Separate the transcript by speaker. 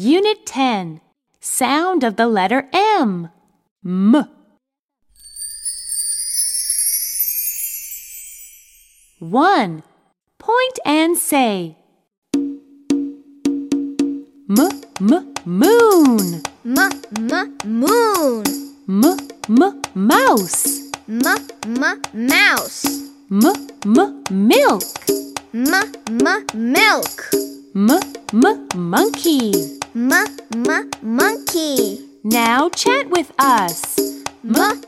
Speaker 1: Unit 10 Sound of the letter M. M. One. Point and say. M, m, moon.
Speaker 2: M m moon.
Speaker 1: M, m, mouse.
Speaker 2: M m mouse.
Speaker 1: M, m, milk.
Speaker 2: M m milk.
Speaker 1: M, m, monkey.
Speaker 2: M m monkey.
Speaker 1: Now chant with us.
Speaker 2: M